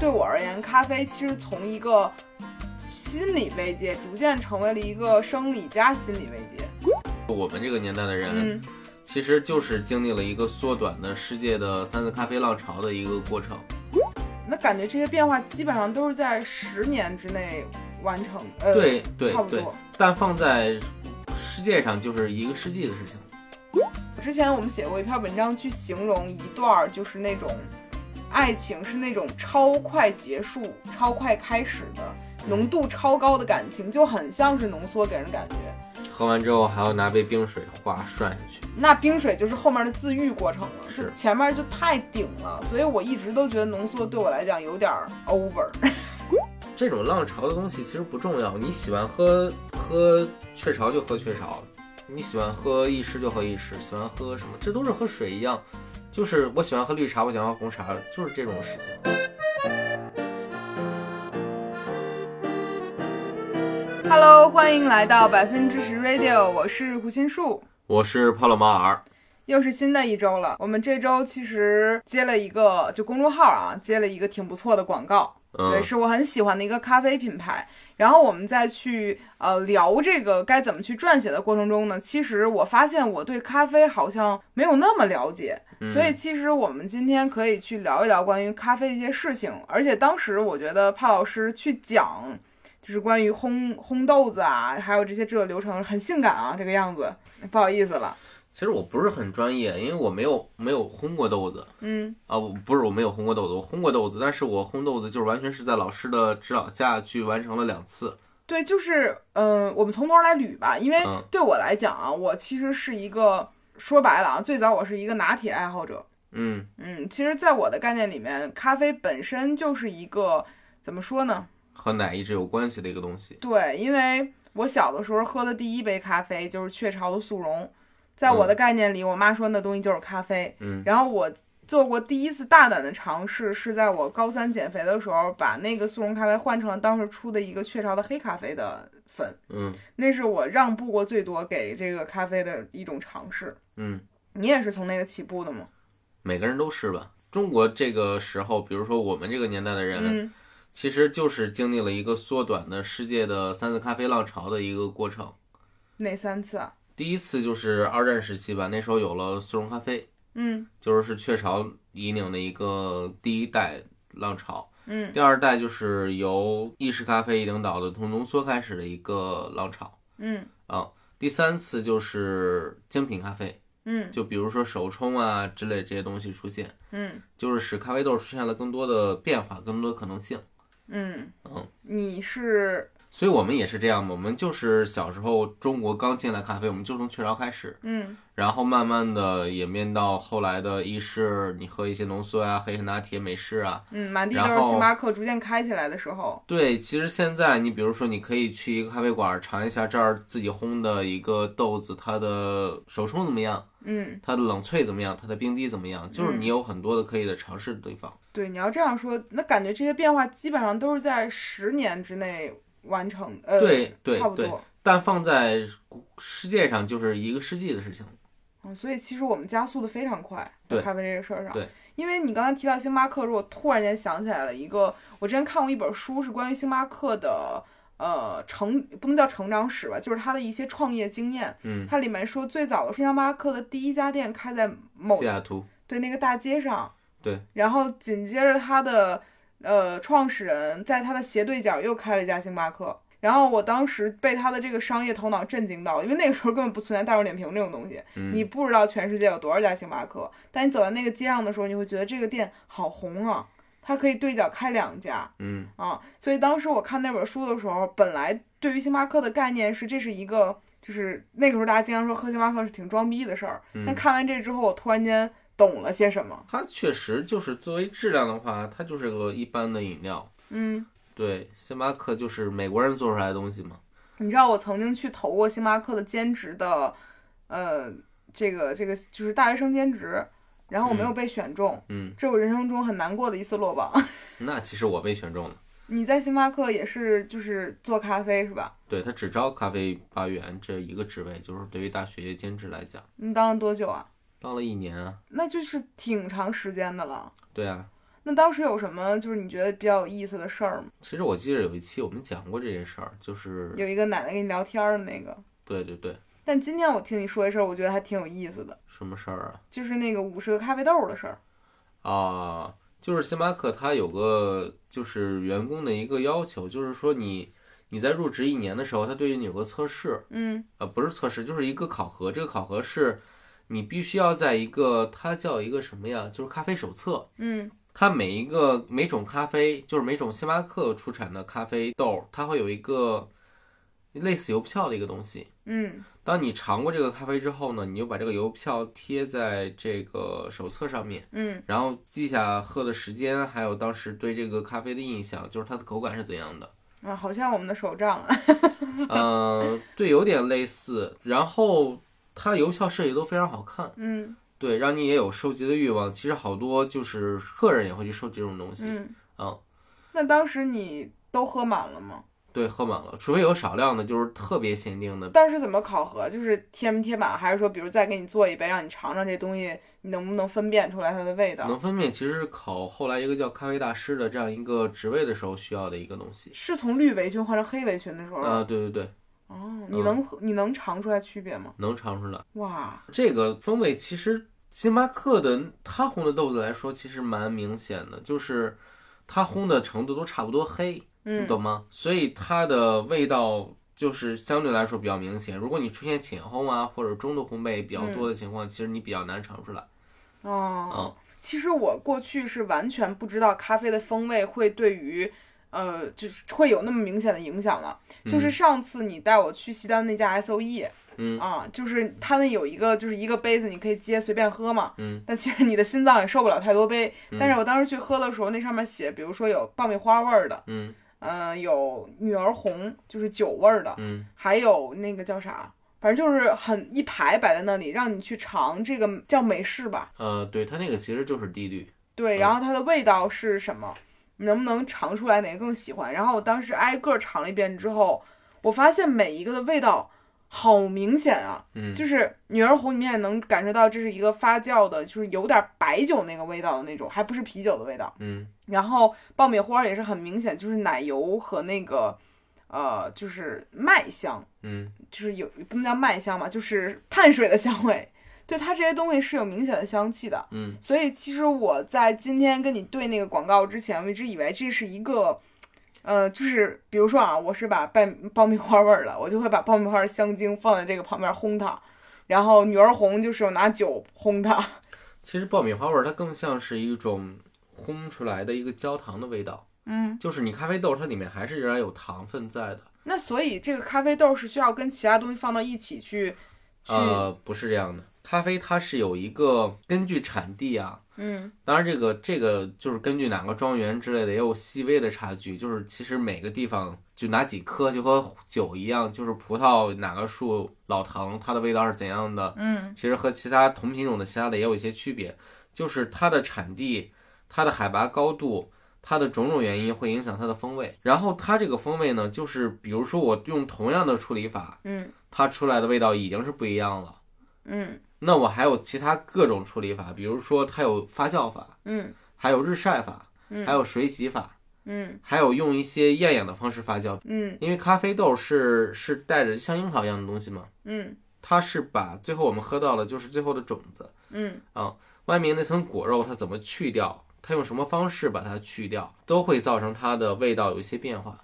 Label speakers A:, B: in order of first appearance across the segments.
A: 对我而言，咖啡其实从一个心理慰藉，逐渐成为了一个生理加心理慰藉。
B: 我们这个年代的人，
A: 嗯，
B: 其实就是经历了一个缩短的世界的三次咖啡浪潮的一个过程。
A: 那感觉这些变化基本上都是在十年之内完成。呃，
B: 对对
A: 差不
B: 对
A: 多，
B: 但放在世界上就是一个世纪的事情。
A: 之前我们写过一篇文章去形容一段儿，就是那种爱情是那种超快结束、超快开始的浓度超高的感情，就很像是浓缩给人感觉。
B: 喝完之后还要拿杯冰水哗涮下去。
A: 那冰水就是后面的自愈过程了，
B: 是
A: 就前面就太顶了，所以我一直都觉得浓缩对我来讲有点儿 over。
B: 这种浪潮的东西其实不重要，你喜欢喝喝雀巢就喝雀巢，你喜欢喝意式就喝意式，喜欢喝什么这都是和水一样，就是我喜欢喝绿茶，我喜欢喝红茶，就是这种事情。
A: Hello，欢迎来到百分之十 Radio，我是胡心树。
B: 我是帕洛马尔，
A: 又是新的一周了，我们这周其实接了一个，就公众号啊，接了一个挺不错的广告，
B: 嗯
A: 对，，是我很喜欢的一个咖啡品牌。然后我们再去呃聊这个该怎么去撰写的过程中呢，其实我发现我对咖啡好像没有那么了解，所以其实我们今天可以去聊一聊关于咖啡的一些事情。而且当时我觉得帕老师去讲，就是关于烘烘豆子啊，还有这些制作流程很性感啊，这个样子，不好意思了，
B: 其实我不是很专业，因为我没有没有烘过豆子
A: 嗯
B: 啊，我不是我没有烘过豆子，我烘过豆子，但是我烘豆子就是完全是在老师的指导下去完成了两次。
A: 对，就是嗯、呃我们从头来捋吧，因为
B: 嗯
A: 对我来讲啊，我其实是一个说白了啊，最早我是一个拿铁爱好者。
B: 嗯，
A: 嗯，其实，在我的概念里面，咖啡本身就是一个怎么说呢？
B: 和奶一直有关系的一个东西。
A: 对，因为我小的时候喝的第一杯咖啡就是雀巢的速溶，在我的概念里，我妈说那东西就是咖啡。
B: 嗯，
A: 然后我做过第一次大胆的尝试，是在我高三减肥的时候，把那个速溶咖啡换成了当时出的一个雀巢的黑咖啡的粉，
B: 嗯
A: 那是我让步过最多给这个咖啡的一种尝试。
B: 嗯。
A: 你也是从那个起步的吗？
B: 每个人都是吧。中国这个时候，比如说我们这个年代的人，
A: 嗯，
B: 其实就是经历了一个缩短的世界的三次咖啡浪潮的一个过程。
A: 哪三次啊？
B: 第一次就是二战时期吧，那时候有了速溶咖啡，
A: 嗯
B: 就是雀巢引领的一个第一代浪潮。
A: 嗯
B: 第二代就是由意式咖啡领导的从浓缩开始的一个浪潮。
A: 嗯
B: 第三次就是精品咖啡，
A: 嗯
B: 就比如说手冲啊之类这些东西出现，
A: 嗯
B: 就是使咖啡豆出现了更多的变化，更多的可能性。
A: 嗯
B: 嗯，
A: 你是
B: 所以我们也是这样嘛，我们就是小时候中国刚进来咖啡，我们就从雀巢开始，
A: 嗯
B: 然后慢慢的演变到后来的意式，你喝一些浓缩啊、黑拿铁、美式啊。
A: 嗯，满地
B: 然
A: 都是
B: 后
A: 星巴克逐渐开起来的时候，
B: 对，其实现在你比如说，你可以去一个咖啡馆尝一下这儿自己烘的一个豆子，它的手冲怎么样，
A: 嗯，
B: 它的冷萃怎么样，它的冰滴怎么样，就是你有很多的可以的尝试的地方。
A: 对，你要这样说，那感觉这些变化基本上都是在十年之内完成，呃，
B: 对对
A: 差不
B: 对
A: 多。
B: 但放在世界上就是一个世纪的事情。
A: 嗯，所以其实我们加速的非常快，在
B: 对
A: 咖啡这个事儿上。
B: 对，
A: 因为你刚才提到星巴克，如果突然间想起来了一个，我之前看过一本书，是关于星巴克的，呃，成不能叫成长史吧，就是它的一些创业经验。
B: 嗯，
A: 它里面说，最早的星巴克的第一家店开在某
B: 西雅图，
A: 对那个大街上，
B: 对，
A: 然后紧接着他的呃创始人在他的斜对角又开了一家星巴克，然后我当时被他的这个商业头脑震惊到了，因为那个时候根本不存在大众点评这种东西，
B: 嗯
A: 你不知道全世界有多少家星巴克，但你走在那个街上的时候，你会觉得这个店好红啊，它可以对角开两家，
B: 嗯
A: 啊，所以当时我看那本书的时候，本来对于星巴克的概念是这是一个，就是那个时候大家经常说喝星巴克是挺装逼的事儿，
B: 嗯
A: 但看完这之后，我突然间懂了些什么。
B: 它确实就是作为质量的话，它就是个一般的饮料。
A: 嗯，
B: 对，星巴克就是美国人做出来的东西嘛。
A: 你知道我曾经去投过星巴克的兼职的，呃，这个这个就是大学生兼职，然后我没有被选中，
B: 嗯，
A: 这我人生中很难过的一次落榜。
B: 那其实我被选中了。
A: 你在星巴克也是就是做咖啡是吧？
B: 对，它只招咖啡吧员这一个职位，就是对于大学兼职来讲，
A: 你当了多久啊？
B: 当了一年啊。
A: 那就是挺长时间的了。
B: 对啊，
A: 那当时有什么就是你觉得比较有意思的事儿吗？
B: 其实我记得有一期我们讲过这件事儿，就是
A: 有一个奶奶跟你聊天儿的那个，
B: 对对对，
A: 但今天我听你说一事儿，我觉得还挺有意思的，
B: 什么事儿
A: 就是那个五十个咖啡豆的事儿。
B: 啊？啊，就是星巴克它有个就是员工的一个要求，就是说你你在入职一年的时候，它对于你有个测试，
A: 嗯
B: 呃，不是测试，就是一个考核。这个考核是，你必须要在一个，它叫一个什么呀？就是咖啡手册。
A: 嗯
B: 它每一个每种咖啡，就是每种星巴克出产的咖啡豆，它会有一个类似邮票的一个东西。
A: 嗯
B: 当你尝过这个咖啡之后呢，你就把这个邮票贴在这个手册上面，
A: 嗯
B: 然后记下喝的时间，还有当时对这个咖啡的印象，就是它的口感是怎样的。
A: 啊，好像我们的手账啊。
B: 嗯，对，有点类似。然后它邮票设计都非常好看，
A: 嗯
B: 对，让你也有收集的欲望。其实好多就是客人也会去收集这种东西，
A: 嗯
B: 嗯
A: 那当时你都喝满了吗？
B: 对，喝满了，除非有少量的，就是特别限定的。
A: 当时怎么考核？就是贴没贴满，还是说比如再给你做一杯，让你尝尝这东西，你能不能分辨出来它的味道？
B: 能分辨，其实是考后来一个叫咖啡大师的这样一个职位的时候需要的一个东西。
A: 是从绿围裙换成黑围裙的时候吗，
B: 啊，对对对，嗯
A: 哦，你能、你能尝出来区别吗？
B: 能尝出来。
A: 哇，
B: 这个风味其实星巴克的它烘的豆子来说，其实蛮明显的，就是它烘的程度都差不多黑。你
A: 嗯
B: 懂吗？所以它的味道就是相对来说比较明显。如果你出现浅烘啊或者中度烘焙比较
A: 嗯
B: 多的情况，其实你比较难尝出来。
A: 哦
B: 嗯，
A: 其实我过去是完全不知道咖啡的风味会对于。呃，就是会有那么明显的影响了。就是上次你带我去西单那家 S O E，
B: 嗯
A: 啊，就是它那有一个就是一个杯子，你可以接随便喝嘛。
B: 嗯。
A: 但其实你的心脏也受不了太多杯。但是我当时去喝的时候，那上面写，比如说有爆米花味儿的，
B: 嗯
A: 嗯、有女儿红，就是酒味儿的，
B: 嗯
A: 还有那个叫啥，反正就是很一排摆在那里，让你去尝这个叫美式吧。
B: 呃，对，它那个其实就是低滤。
A: 对，
B: 嗯
A: 然后它的味道是什么？你能不能尝出来哪个更喜欢？然后我当时挨个尝了一遍之后，我发现每一个的味道好明显啊！
B: 嗯
A: 就是女儿红，你也能感受到这是一个发酵的，就是有点白酒那个味道的那种，还不是啤酒的味道。
B: 嗯
A: 然后爆米花也是很明显，就是奶油和那个，呃，就是麦香。
B: 嗯
A: 就是有不能叫麦香吧，就是碳水的香味。对它这些东西是有明显的香气的，
B: 嗯
A: 所以其实我在今天跟你对那个广告之前，我一直以为这是一个，呃，就是比如说啊，我是把爆爆米花味儿的，我就会把爆米花的香精放在这个旁边烘它，然后女儿红就是我拿酒烘它，
B: 其实爆米花味儿它更像是一种烘出来的一个焦糖的味道。
A: 嗯，
B: 就是你咖啡豆它里面还是仍然有糖分在的。
A: 那所以这个咖啡豆是需要跟其他东西放到一起去，去，
B: 呃，不是这样的，咖啡它是有一个根据产地啊，
A: 嗯
B: 当然，这个这个就是根据哪个庄园之类的，也有细微的差距。就是其实每个地方就拿几颗，就和酒一样，就是葡萄哪个树老藤，它的味道是怎样的，
A: 嗯
B: 其实和其他同品种的其他的也有一些区别。就是它的产地、它的海拔高度、它的种种原因会影响它的风味。然后它这个风味呢，就是比如说我用同样的处理法，
A: 嗯
B: 它出来的味道已经是不一样了。
A: 嗯
B: 那我还有其他各种处理法，比如说它有发酵法。
A: 嗯
B: 还有日晒法，
A: 嗯
B: 还有水洗法，
A: 嗯
B: 还有用一些厌氧的方式发酵。
A: 嗯
B: 因为咖啡豆是是带着像樱桃一样的东西嘛，
A: 嗯
B: 它是把最后我们喝到了就是最后的种子，
A: 嗯
B: 外面那层果肉它怎么去掉，它用什么方式把它去掉，都会造成它的味道有一些变化。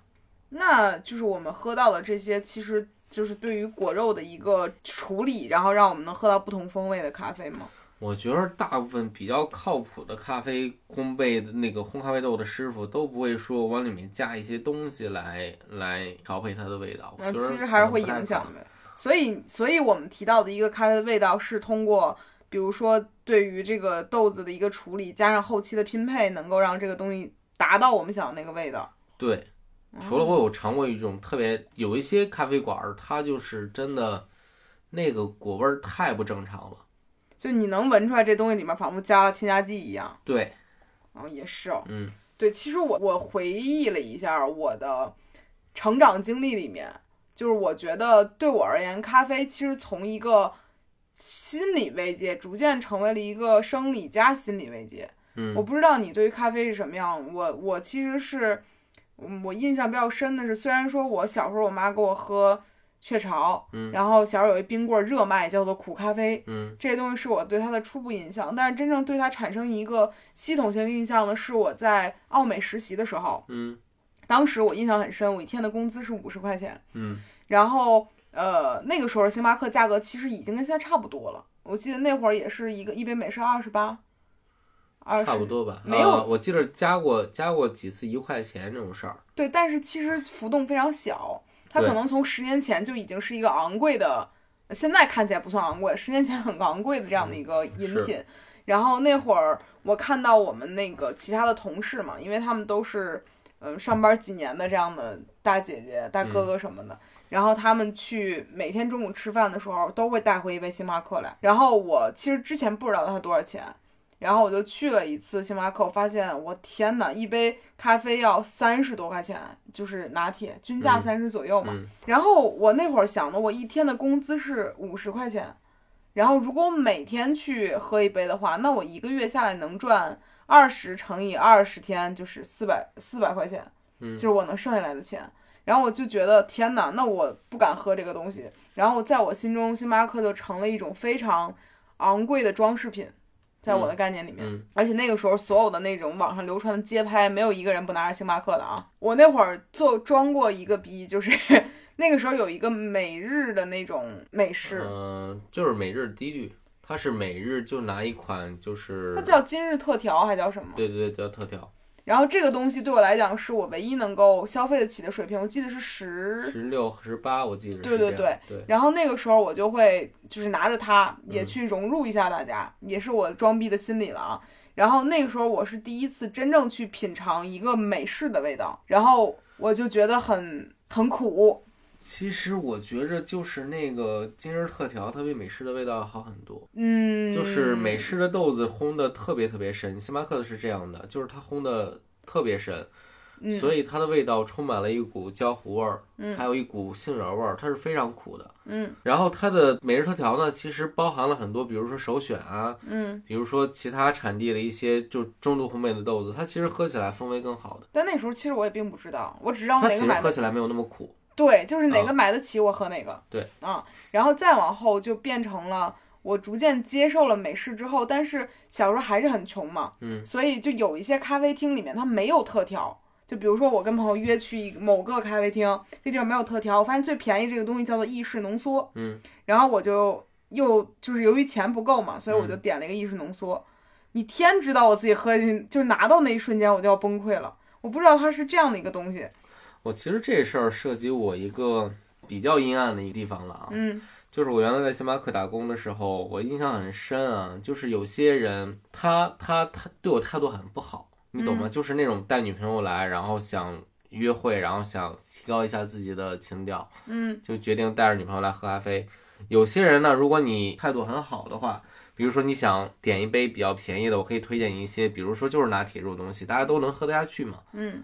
A: 那就是我们喝到的这些，其实就是对于果肉的一个处理，然后让我们能喝到不同风味的咖啡吗？
B: 我觉得大部分比较靠谱的咖啡烘焙的那个烘咖啡豆的师傅都不会说往里面加一些东西来来调配它的味道。我
A: 那
B: 觉得
A: 其实还是会
B: 可能
A: 影
B: 不太可
A: 响
B: 能。
A: 的。所以，所以我们提到的一个咖啡的味道是通过，比如说对于这个豆子的一个处理，加上后期的拼配，能够让这个东西达到我们想要那个味道。
B: 对，
A: 嗯
B: 除了我有尝过一种特别，有一些咖啡馆儿，它就是真的那个果味儿太不正常了。
A: 就你能闻出来这东西里面仿佛加了添加剂一样。
B: 对，
A: 哦，也是哦，
B: 嗯，
A: 对，其实我我回忆了一下我的成长经历里面，就是我觉得对我而言，咖啡其实从一个心理慰藉，逐渐成为了一个生理加心理慰藉。
B: 嗯
A: 我不知道你对于咖啡是什么样，我我其实是，嗯我印象比较深的是，虽然说我小时候我妈给我喝雀巢，
B: 嗯
A: 然后小时候有一冰棍儿热卖叫做苦咖啡，
B: 嗯
A: 这些东西是我对它的初步印象，但是真正对它产生一个系统性的印象呢，是我在奥美实习的时候，
B: 嗯
A: 当时我印象很深，我一天的工资是五十块钱，
B: 嗯
A: 然后呃那个时候星巴克价格其实已经跟现在差不多了，我记得那会儿也是一个一杯美式二十八，二
B: 嗯，
A: 十
B: 差不多吧。
A: 没有
B: 啊我记得加过加过几次一块钱这种事儿。
A: 对，但是其实浮动非常小，它可
B: 对
A: 能从十年前就已经是一个昂贵的，现在看起来不算昂贵，十年前很昂贵的这样的一个饮
B: 嗯是
A: 品。然后那会儿我看到我们那个其他的同事嘛，因为他们都是嗯、呃上班几年的这样的大姐姐、大
B: 嗯
A: 哥哥什么的。然后他们去每天中午吃饭的时候都会带回一杯星巴克来。然后我其实之前不知道它多少钱，然后我就去了一次星巴克，我发现我天呐，一杯咖啡要三十多块钱，就是拿铁均价
B: 嗯
A: 三十左右嘛。
B: 嗯
A: 然后我那会儿想的，我一天的工资是五十块钱，然后如果我每天去喝一杯的话，那我一个月下来能赚二十乘以二十天，就是四百四百块钱，
B: 嗯
A: 就是我能剩下来的钱。然后我就觉得天哪，那我不敢喝这个东西。然后在我心中，星巴克就成了一种非常昂贵的装饰品，在我的概念里面。
B: 嗯
A: 而且那个时候，所有的那种网上流传的街拍，没有一个人不拿着星巴克的啊。我那会儿做装过一个逼，就是 那个时候有一个每日的那种美
B: 嗯、
A: 式，
B: 就是每日低率，它是每日就拿一款就是
A: 它，叫今日特调还叫什么？
B: 对对对，叫特调，
A: 然后这个东西对我来讲是我唯一能够消费得起的水平，我记得是十。
B: 十六十八，我记得
A: 嗯对
B: 是
A: 对
B: 这样对
A: 然后那个时候我就会就是拿着它也
B: 嗯
A: 去融入一下大家，也是我装逼的心理了啊。然后那个时候我是第一次真正去品尝一个美式的味道，然后我就觉得很很苦，
B: 其实我觉着就是那个今日特调，它比美式的味道好很多。
A: 嗯，
B: 就是美式的豆子烘的特别特别深，星巴克的是这样的，就是它烘的特别深，
A: 嗯，
B: 所以它的味道充满了一股焦糊味儿，
A: 嗯
B: 还有一股杏仁味儿，它是非常苦的。
A: 嗯
B: 然后它的每日特调呢，其实包含了很多，比如说首选啊，
A: 嗯，
B: 比如说其他产地的一些就中度烘焙的豆子，它其实喝起来风味更好的，
A: 但那时候其实我也并不知道，我只知道
B: 它
A: 哪
B: 其
A: 个
B: 实
A: 买
B: 喝
A: 的
B: 起来没有那么苦。
A: 对，就是哪
B: 啊
A: 个买得起我喝哪个。
B: 对，
A: 啊，然后再往后就变成了我逐渐接受了美式之后，但是小时候还是很穷嘛，
B: 嗯
A: 所以就有一些咖啡厅里面它没有特调。就比如说，我跟朋友约去一个某个咖啡厅，这地儿没有特调，我发现最便宜这个东西叫做意式浓缩，
B: 嗯
A: 然后我就又就是由于钱不够嘛，所以我就
B: 嗯
A: 点了一个意式浓缩。你天知道我自己喝进去，就拿到那一瞬间我就要崩溃了，我不知道它是这样的一个东西。
B: 我其实这事儿涉及我一个比较阴暗的一个地方了啊，
A: 嗯
B: 就是我原来在星巴克打工的时候，我印象很深啊，就是有些人他他他对我态度很不好，你懂吗？
A: 嗯
B: 就是那种带女朋友来，然后想约会，然后想提高一下自己的情调，
A: 嗯
B: 就决定带着女朋友来喝咖啡。有些人呢，如果你态度很好的话，比如说你想点一杯比较便宜的，我可以推荐你一些，比如说就是拿铁这种东西，大家都能喝得下去嘛。
A: 嗯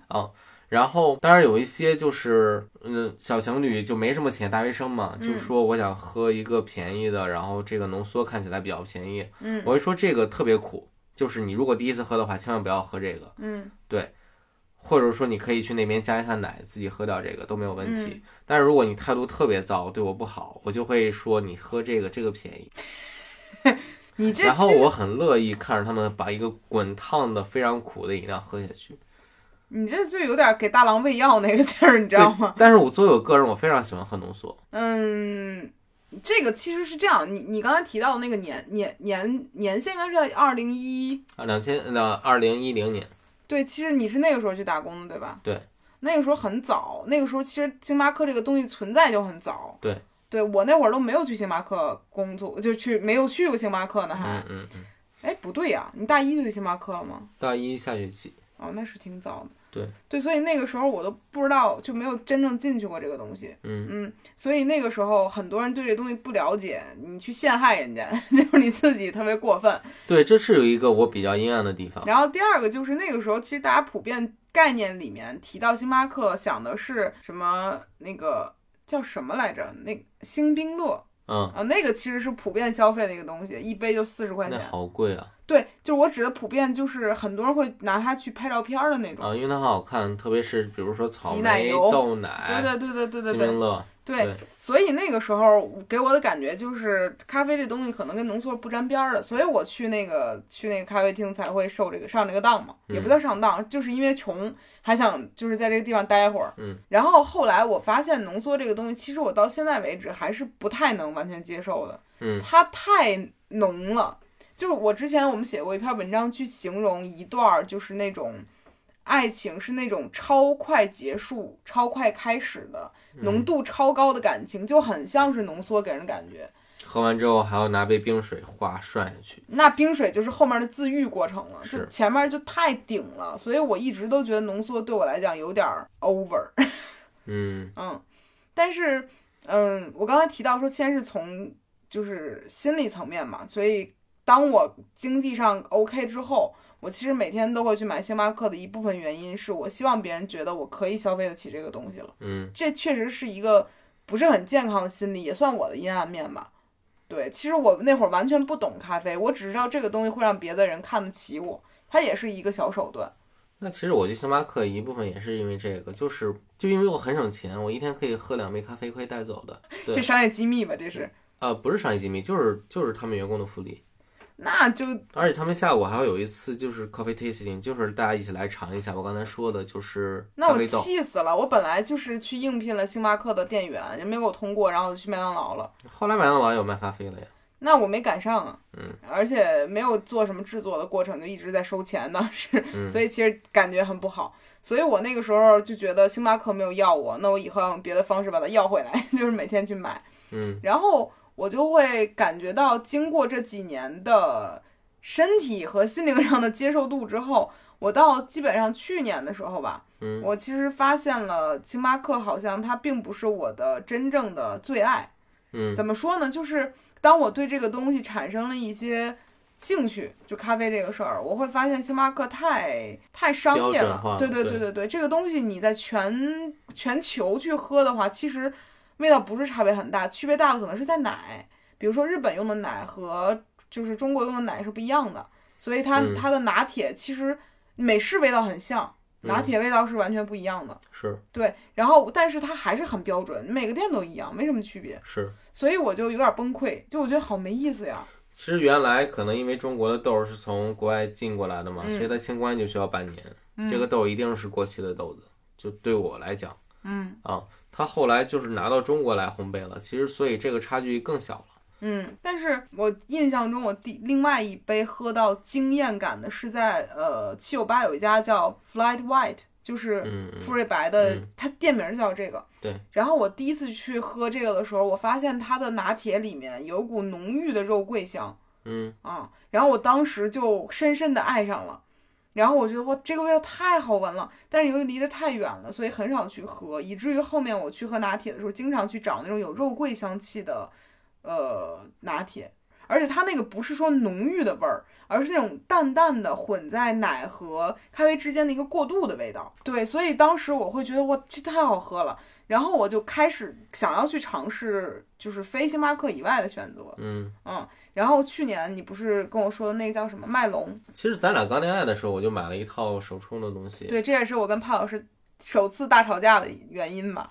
B: 然后，当然有一些就是，嗯，小情侣就没什么钱，大学生
A: 嗯
B: 嘛，就说我想喝一个便宜的，然后这个浓缩看起来比较便宜，
A: 嗯
B: 我会说这个特别苦，就是你如果第一次喝的话，千万不要喝这个，
A: 嗯
B: 或者说你可以去那边加一下奶，自己喝掉这个都没有
A: 嗯
B: 问题。但是如果你态度特别糟，对我不好，我就会说你喝这个，这个便宜。
A: 你这
B: 然后
A: 其实
B: 我很乐意看着他们把一个滚烫的、非常苦的饮料喝下去。
A: 你这就有点给大郎喂药那个劲儿，你知道吗？
B: 但是我作为我个人，我非常喜欢喝浓缩。
A: 嗯，这个其实是这样，你你刚才提到的那个年年年年限应该是在二零一，
B: 啊，两千那二零一零年，
A: 对，其实你是那个时候去打工的，对吧？
B: 对，
A: 那个时候很早，那个时候其实星巴克这个东西存在就很早。
B: 对，
A: 对我那会儿都没有去星巴克工作，就去没有去过星巴克呢，还
B: 嗯，嗯嗯，
A: 哎、不对呀、你大一就去星巴克了吗？
B: 大一下学期，嗯
A: 哦，那是挺早的。
B: 对
A: 对，所以那个时候我都不知道，就没有真正进去过这个东西。
B: 嗯
A: 嗯，所以那个时候很多人对这东西不了解，你去陷害人家， 就是你自己特别过分。
B: 对，这是有一个我比较阴暗的地方。
A: 然后第二个就是那个时候，其实大家普遍概念里面提到星巴克，想的是什么那个叫什么来着？那星冰乐
B: 嗯，
A: 啊，那个其实是普遍消费的一个东西，一杯就四十块
B: 那
A: 钱。
B: 好贵啊。
A: 对，就是我指的普遍，就是很多人会拿它去拍照片儿的那种。
B: 啊，因为它很好看，特别是比如说草
A: 挤奶
B: 莓、
A: 油
B: 豆奶、
A: 对对对对对
B: 金
A: 对对
B: 明哎乐，对
A: 对，所以那个时候给我的感觉就是，咖啡这东西可能跟浓缩不沾边儿的，所以我去那个去那个咖啡厅才会受这个上这个当嘛，
B: 嗯
A: 也不叫上当，就是因为穷，还想就是在这个地方待会儿。
B: 嗯，
A: 然后后来我发现浓缩这个东西，其实我到现在为止还是不太能完全接受的，
B: 嗯
A: 它太浓了。就是我之前我们写过一篇文章去形容一段儿，就是那种爱情是那种超快结束、超快开始的，浓度超高的感情，就很像是浓缩给人的感觉。
B: 喝完之后还要拿杯冰水哗涮下去。
A: 那冰水就是后面的自愈过程了，
B: 是
A: 就前面就太顶了，所以我一直都觉得浓缩对我来讲有点儿 over。
B: 嗯
A: 嗯，但是，嗯，我刚才提到说，先是从就是心理层面嘛，所以当我经济上 OK 之后，我其实每天都会去买星巴克的一部分原因是我希望别人觉得我可以消费得起这个东西了，
B: 嗯，
A: 这确实是一个不是很健康的心理，也算我的阴暗面吧。对，其实我那会儿完全不懂咖啡，我只知道这个东西会让别的人看得起我，它也是一个小手段。
B: 那其实我去星巴克一部分也是因为这个，就是就因为我很省钱，我一天可以喝两杯咖啡可以带走的。对
A: 这商业机密吧，这是，
B: 呃，不是商业机密，就是就是他们员工的福利。
A: 那就
B: 而且他们下午还会有一次就是 coffee tasting，就是大家一起来尝一下我刚才说的，就是
A: 那
B: 咖
A: 我
B: 啡豆。
A: 气死了！我本来就是去应聘了星巴克的店员，人没给我通过，然后我就去麦当劳了。
B: 后来麦当劳有卖咖啡了呀。
A: 那我没赶上啊，
B: 嗯，
A: 而且没有做什么制作的过程，就一直在收钱呢，是，
B: 嗯
A: 所以其实感觉很不好。所以我那个时候就觉得星巴克没有要我，那我以后要用别的方式把它要回来， 就是每天去买。
B: 嗯
A: 然后我就会感觉到，经过这几年的身体和心灵上的接受度之后，我到基本上去年的时候吧，
B: 嗯
A: 我其实发现了星巴克好像它并不是我的真正的最爱。
B: 嗯
A: 怎么说呢？就是当我对这个东西产生了一些兴趣，就咖啡这个事儿，我会发现星巴克太太商业
B: 标准化
A: 了
B: 了。
A: 对对
B: 对
A: 对对对，这个东西你在全全球去喝的话，其实味道不是差别很大，区别大的可能是在奶，比如说日本用的奶和就是中国用的奶是不一样的，所以它、
B: 嗯
A: 它的拿铁其实美式味道很像，
B: 嗯
A: 拿铁味道是完全不一样的。
B: 是
A: 对，然后但是它还是很标准，每个店都一样，没什么区别，
B: 是。
A: 所以我就有点崩溃，就我觉得好没意思呀。
B: 其实原来可能因为中国的豆儿是从国外进过来的嘛，
A: 嗯
B: 所以它清关就需要半年。这个豆儿一定是过期的豆子，就对我来讲
A: 嗯
B: 啊，它后来就是拿到中国来烘焙了。其实所以这个差距更小了。
A: 嗯，但是我印象中我第另外一杯喝到惊艳感的是在呃七九八有一家叫 Flight White，就是
B: 嗯嗯
A: 馥芮白的，
B: 嗯
A: 它店名儿就叫这个。
B: 对。
A: 然后我第一次去喝这个的时候，我发现它的拿铁里面有股浓郁的肉桂香。
B: 嗯
A: 啊，然后我当时就深深的爱上了，然后我觉得哇，这个味道太好闻了，但是由于离得太远了，所以很少去喝，以至于后面我去喝拿铁的时候，经常去找那种有肉桂香气的，呃，拿铁，而且它那个不是说浓郁的味儿，而是那种淡淡的混在奶和咖啡之间的一个过渡的味道。对，所以当时我会觉得哇，这太好喝了，然后我就开始想要去尝试，就是非星巴克以外的选择。
B: 嗯。
A: 嗯，然后去年你不是跟我说的那个叫什么麦龙？
B: 其实咱俩刚恋爱的时候，我就买了一套手冲的东西。
A: 对，这也是我跟潘老师首次大吵架的原因吧。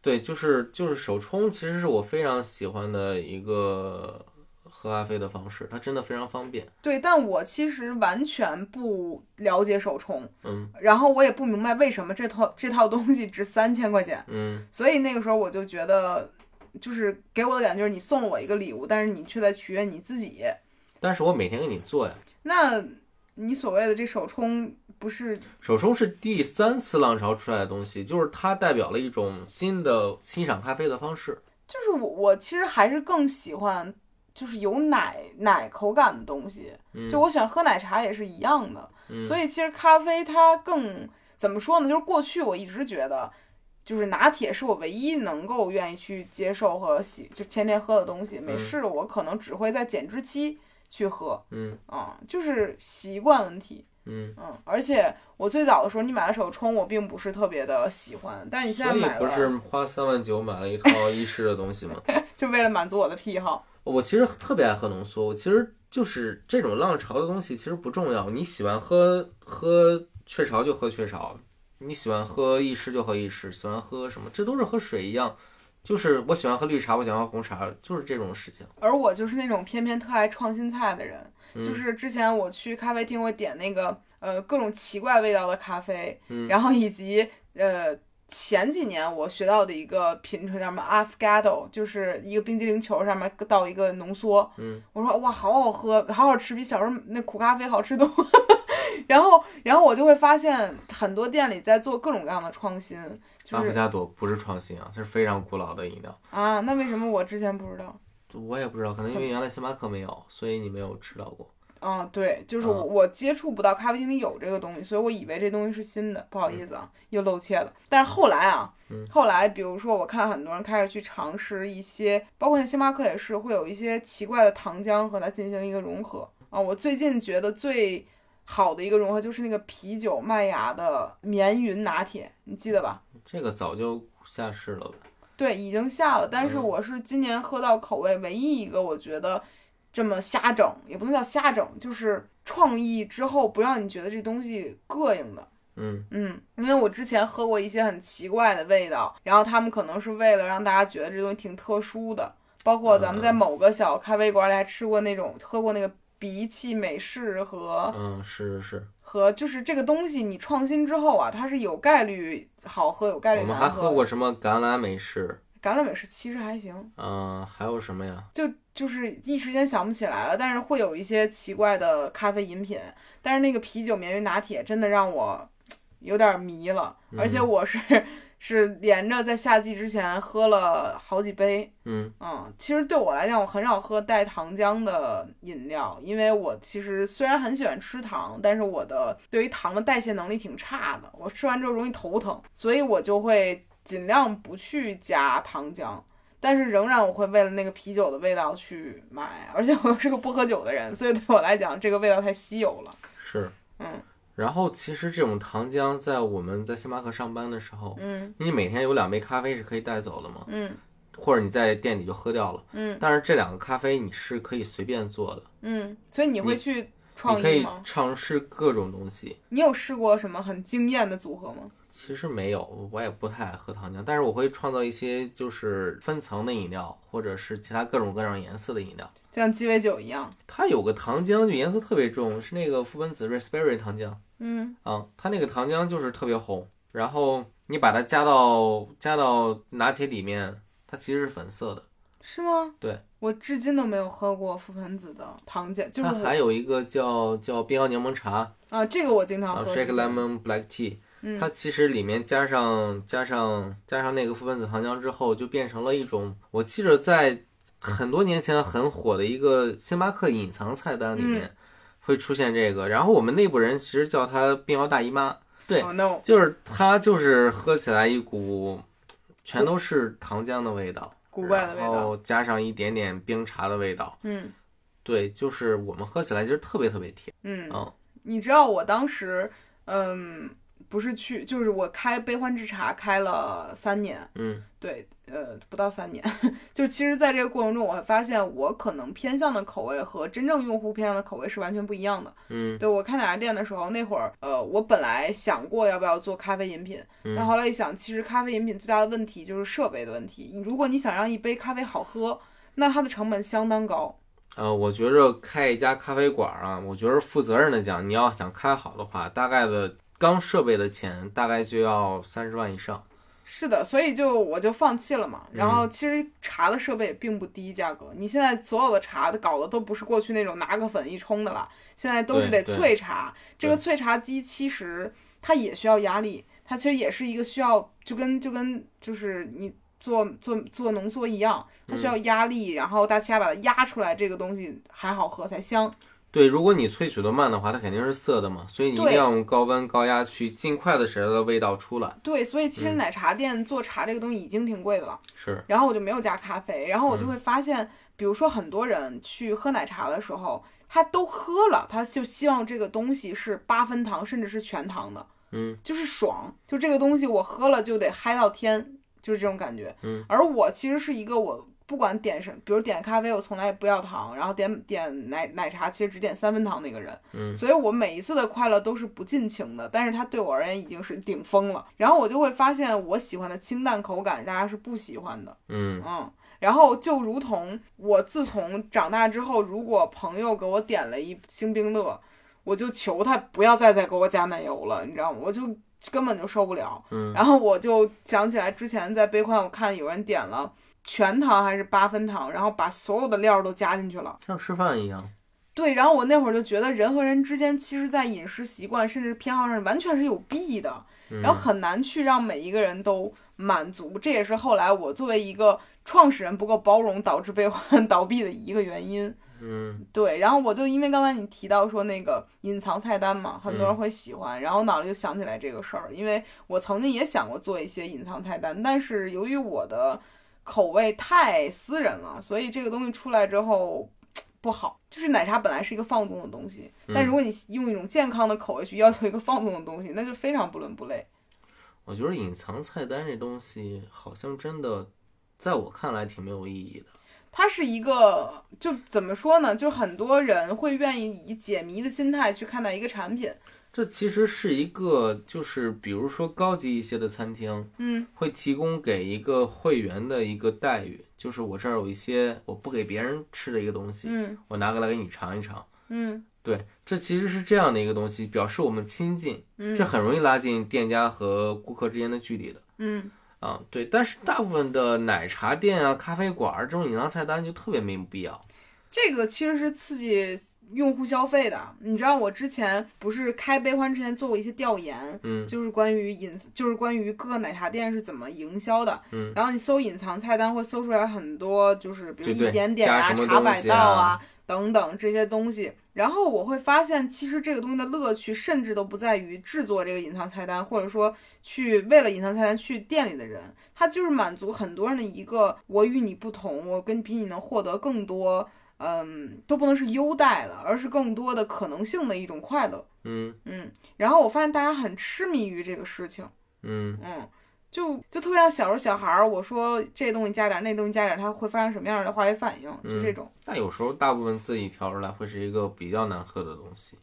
B: 对，就是就是手冲，其实是我非常喜欢的一个喝咖啡的方式，它真的非常方便。
A: 对，但我其实完全不了解手冲，
B: 嗯
A: 然后我也不明白为什么这套这套东西值三千块钱，
B: 嗯，
A: 所以那个时候我就觉得，就是给我的感觉是你送了我一个礼物，但是你却在取悦你自己。
B: 但是我每天给你做呀。
A: 那你所谓的这手冲不是
B: 手冲是第三次浪潮出来的东西，就是它代表了一种新的欣赏咖啡的方式。
A: 就是我我其实还是更喜欢就是有奶奶口感的东西，
B: 嗯
A: 就我想喝奶茶也是一样的。
B: 嗯
A: 所以其实咖啡它更怎么说呢？就是过去我一直觉得，就是拿铁是我唯一能够愿意去接受和喜，就天天喝的东西。美式我可能只会在减脂期去喝，
B: 嗯
A: 啊、就是习惯问题。
B: 嗯，
A: 嗯，而且我最早的时候，你买了手冲，我并不是特别的喜欢，但是你现在
B: 所以
A: 买了，
B: 不是花三万九买 了一套意式的东西吗？
A: 就为了满足我的癖好。
B: 我其实特别爱喝浓缩，我其实就是这种浪潮的东西其实不重要，你喜欢喝喝雀巢就喝雀巢，你喜欢喝意式就喝意式，喜欢喝什么这都是和水一样，就是我喜欢喝绿茶，我喜欢喝红茶，就是这种事情。
A: 而我就是那种偏偏特爱创新菜的人，
B: 嗯
A: 就是之前我去咖啡厅，我点那个呃各种奇怪味道的咖啡，
B: 嗯
A: 然后以及呃前几年我学到的一个品种叫什么 Afgado，就是一个冰激凌球上面倒一个浓缩，
B: 嗯，
A: 我说哇好好喝，好好吃，比小时候那苦咖啡好吃多。 然后，然后我就会发现很多店里在做各种各样的创新，就
B: 阿芙
A: 是
B: 加朵不是创新啊，这是非常古老的饮料。
A: 啊，那为什么我之前不知道？
B: 我也不知道，可能因为原来星巴克没有，所以你没有吃到过。
A: 嗯，对，就是我、
B: 啊
A: 我接触不到咖啡厅里有这个东西，所以我以为这东西是新的，不好意思啊，又露怯了。但是后来啊，
B: 嗯
A: 后来比如说我看很多人开始去尝试一些，包括星巴克也是会有一些奇怪的糖浆和它进行一个融合啊。我最近觉得最好的一个融合就是那个啤酒麦芽的绵云拿铁，你记得吧？
B: 这个早就下市了吧？
A: 对，已经下了，但是
B: 嗯
A: 我是今年喝到口味唯一一个，我觉得这么瞎整，也不能叫瞎整，就是创意之后不让你觉得这东西膈应的。
B: 嗯，
A: 嗯，因为我之前喝过一些很奇怪的味道，然后他们可能是为了让大家觉得这东西挺特殊的，包括咱们在
B: 嗯
A: 某个小咖啡馆里还吃过那种喝过那个鼻涕美式和
B: 嗯，是是是，
A: 和就是这个东西你创新之后啊，它是有概率好喝，有概率
B: 我们还
A: 难喝
B: 喝
A: 的。
B: 过什么橄榄美式？
A: 橄榄美式其实还行。
B: 嗯、还有什么呀？
A: 就就是一时间想不起来了，但是会有一些奇怪的咖啡饮品，但是那个啤酒绵云拿铁真的让我嘖有点迷了，
B: 嗯
A: 而且我是 是连着在夏季之前喝了好几杯，
B: 嗯
A: 嗯，其实对我来讲，我很少喝带糖浆的饮料，因为我其实虽然很喜欢吃糖，但是我的对于糖的代谢能力挺差的，我吃完之后容易头疼，所以我就会尽量不去加糖浆。但是仍然我会为了那个啤酒的味道去买，而且我又是个不喝酒的人，所以对我来讲这个味道太稀有了。
B: 是。
A: 嗯
B: 然后其实这种糖浆在我们在星巴克上班的时候，
A: 嗯
B: 你每天有两杯咖啡是可以带走的嘛，
A: 嗯
B: 或者你在店里就喝掉了。
A: 嗯
B: 但是这两个咖啡你是可以随便做的，
A: 嗯，所以你会去创
B: 你可
A: 意
B: 以
A: 吗？
B: 尝试各种东西。
A: 你有试过什么很惊艳的组合吗？
B: 其实没有，我也不太爱喝糖浆，但是我会创造一些就是分层的饮料，或者是其他各种各样颜色的饮料。
A: 像鸡尾酒一样？
B: 它有个糖浆就颜色特别重，是那个覆盆子 raspberry 糖浆。
A: 嗯
B: 啊，它那个糖浆就是特别红，然后你把它加到加到拿铁里面，它其实是粉色的。
A: 是吗？
B: 对，
A: 我至今都没有喝过覆盆子的糖浆，就是
B: 它
A: 我
B: 啊还有一个叫叫冰摇柠檬茶，
A: 啊，这个我经常
B: 啊
A: 喝。
B: ，shake lemon black tea，
A: 嗯
B: 它其实里面加上加上加上那个覆盆子糖浆之后，就变成了一种，我记着在很多年前很火的一个星巴克隐藏菜
A: 嗯
B: 单里面会出现这个，然后我们内部人其实叫它冰摇大姨妈。对
A: 哦 no，
B: 就是它就是喝起来一股全都是糖浆的味道，
A: 古怪的味
B: 然
A: 道。
B: 后加上一点点冰茶的味道。
A: 嗯
B: 对，就是我们喝起来其实特别特别甜。
A: 嗯，
B: 哦
A: 你知道我当时，嗯，不是去，就是我开悲欢之茶开了三年，
B: 嗯
A: 对，呃，不到三年， 就是其实在这个过程中，我会发现我可能偏向的口味和真正用户偏向的口味是完全不一样的。
B: 嗯
A: 对我开奶茶店的时候，那会儿，呃，我本来想过要不要做咖啡饮品，但
B: 嗯
A: 后来一想，其实咖啡饮品最大的问题就是设备的问题。你如果你想让一杯咖啡好喝，那它的成本相当高。
B: 呃，我觉着开一家咖啡馆啊，我觉着负责任的讲，你要想开好的话，大概的刚设备的钱大概就要三十万以上。
A: 是的，所以就我就放弃了嘛。然后
B: 嗯
A: 其实茶的设备也并不低，价格。你现在所有的茶搞的都不是过去那种拿个粉一冲的了，现在都是得
B: 对
A: 萃
B: 对
A: 茶。这个
B: 对
A: 萃茶机其实它也需要压力，它其实也是一个需要，就跟就跟就是你做做做浓缩一样，它
B: 嗯
A: 需要压力，然后大气压把它压出来，这个东西还好喝才香。
B: 对，如果你萃取的慢的话，它肯定是涩的嘛，所以你一定
A: 对
B: 要用高温高压去尽快的使它的味道出来。
A: 对，所以其实
B: 嗯
A: 奶茶店做茶这个东西已经挺贵的了，
B: 是，嗯
A: 然后我就没有加咖啡，然后我就会发现，比如说很多人去喝奶茶的时候，他都喝了，他就希望这个东西是八分糖甚至是全糖的，
B: 嗯，
A: 就是爽，就这个东西我喝了就得嗨到天，就是这种感觉。
B: 嗯，
A: 而我其实是一个我不管点什，比如点咖啡，我从来也不要糖，然后点点奶奶茶，其实只点三分糖的一个人。
B: 嗯
A: 所以我每一次的快乐都是不尽情的，但是它对我而言已经是顶峰了。然后我就会发现，我喜欢的清淡口感，大家是不喜欢的。
B: 嗯
A: 嗯，然后就如同我自从长大之后，如果朋友给我点了一星冰乐，我就求他不要再再给我加奶油了，你知道吗？我就根本就受不了。
B: 嗯
A: 然后我就想起来之前在悲欢，我看有人点了全糖还是八分糖，然后把所有的料都加进去了。
B: 像吃饭一样，
A: 对，然后我那会儿就觉得人和人之间，其实在饮食习惯甚至偏好上完全是有弊的，
B: 嗯
A: 然后很难去让每一个人都满足。这也是后来我作为一个创始人不够包容，导致悲欢 倒闭的一个原因。
B: 嗯
A: 对，然后我就因为刚才你提到说那个隐藏菜单嘛，很多人会喜欢，然后我脑子就想起来这个事儿，因为我曾经也想过做一些隐藏菜单，但是由于我的口味太私人了，所以这个东西出来之后不好。就是奶茶本来是一个放纵的东西，但
B: 嗯
A: 如果你用一种健康的口味去要求一个放纵的东西，那就非常不伦不类。
B: 我觉得隐藏菜单这东西好像真的，在我看来挺没有意义的。
A: 它是一个，就怎么说呢？就很多人会愿意以解谜的心态去看待一个产品。
B: 这其实是一个，就是比如说高级一些的餐厅
A: 嗯
B: 会提供给一个会员的一个待遇，就是我这儿有一些我不给别人吃的一个东西，
A: 嗯
B: 我拿过来给你尝一尝。
A: 嗯
B: 对，这其实是这样的一个东西，表示我们亲近，
A: 嗯
B: 这很容易拉近店家和顾客之间的距离的
A: 嗯，
B: 啊。对，但是大部分的奶茶店啊、咖啡馆儿这种隐藏菜单就特别没必要。
A: 这个其实是刺激用户消费的。你知道我之前不是开悲欢之前做过一些调研，
B: 嗯
A: 就是关于隐，就是关于各个奶茶店是怎么营销的。
B: 嗯
A: 然后你搜隐藏菜单会搜出来很多，就是比如
B: 对
A: 一
B: 对
A: 点点
B: 加
A: 啊、
B: 什么
A: 茶
B: 东
A: 百
B: 西
A: 道
B: 啊
A: 啊等等这些东西。然后我会发现，其实这个东西的乐趣甚至都不在于制作这个隐藏菜单，或者说去为了隐藏菜单去店里的人，他就是满足很多人的一个我与你不同，我跟比你能获得更多，嗯，都不能是优待了，而是更多的可能性的一种快乐。
B: 嗯
A: 嗯，然后我发现大家很痴迷于这个事情。
B: 嗯
A: 嗯，就就特别像小时候小孩儿，我说这东西加点儿，那东西加点儿，它会发生什么样的化学反应，就这种。
B: 但有时候大部分自己调出来会是一个比较难喝的东西。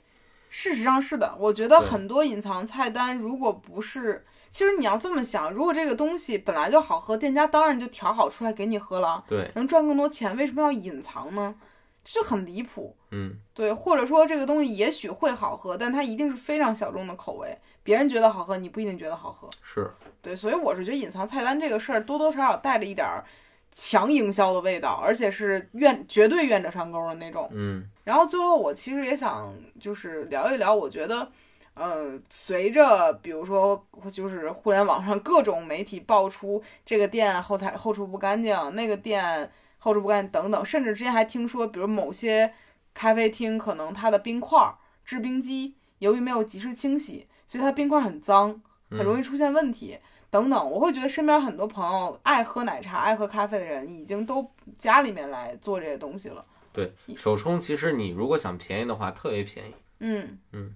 A: 事实上是的，我觉得
B: 对
A: 很多隐藏菜单，如果不是，其实你要这么想，如果这个东西本来就好喝，店家当然就调好出来给你喝了，
B: 对，
A: 能赚更多钱，为什么要隐藏呢？这就很离谱。
B: 嗯
A: 对，或者说这个东西也许会好喝，但它一定是非常小众的口味，别人觉得好喝，你不一定觉得好喝。
B: 是。
A: 对，所以我是觉得隐藏菜单这个事儿多多少少带着一点儿强营销的味道，而且是愿绝对愿者上钩的那种。
B: 嗯
A: 然后最后我其实也想就是聊一聊，我觉得，呃，随着比如说就是互联网上各种媒体爆出这个店后台后厨不干净，那个店后厨不干净等等，甚至之前还听说，比如某些咖啡厅可能它的冰块儿制冰机由于没有及时清洗，所以它冰块很脏，很容易出现问题。等等，我会觉得身边很多朋友爱喝奶茶、爱喝咖啡的人，已经都家里面来做这些东西了。
B: 对，手冲其实你如果想便宜的话，特别便宜。
A: 嗯，
B: 嗯，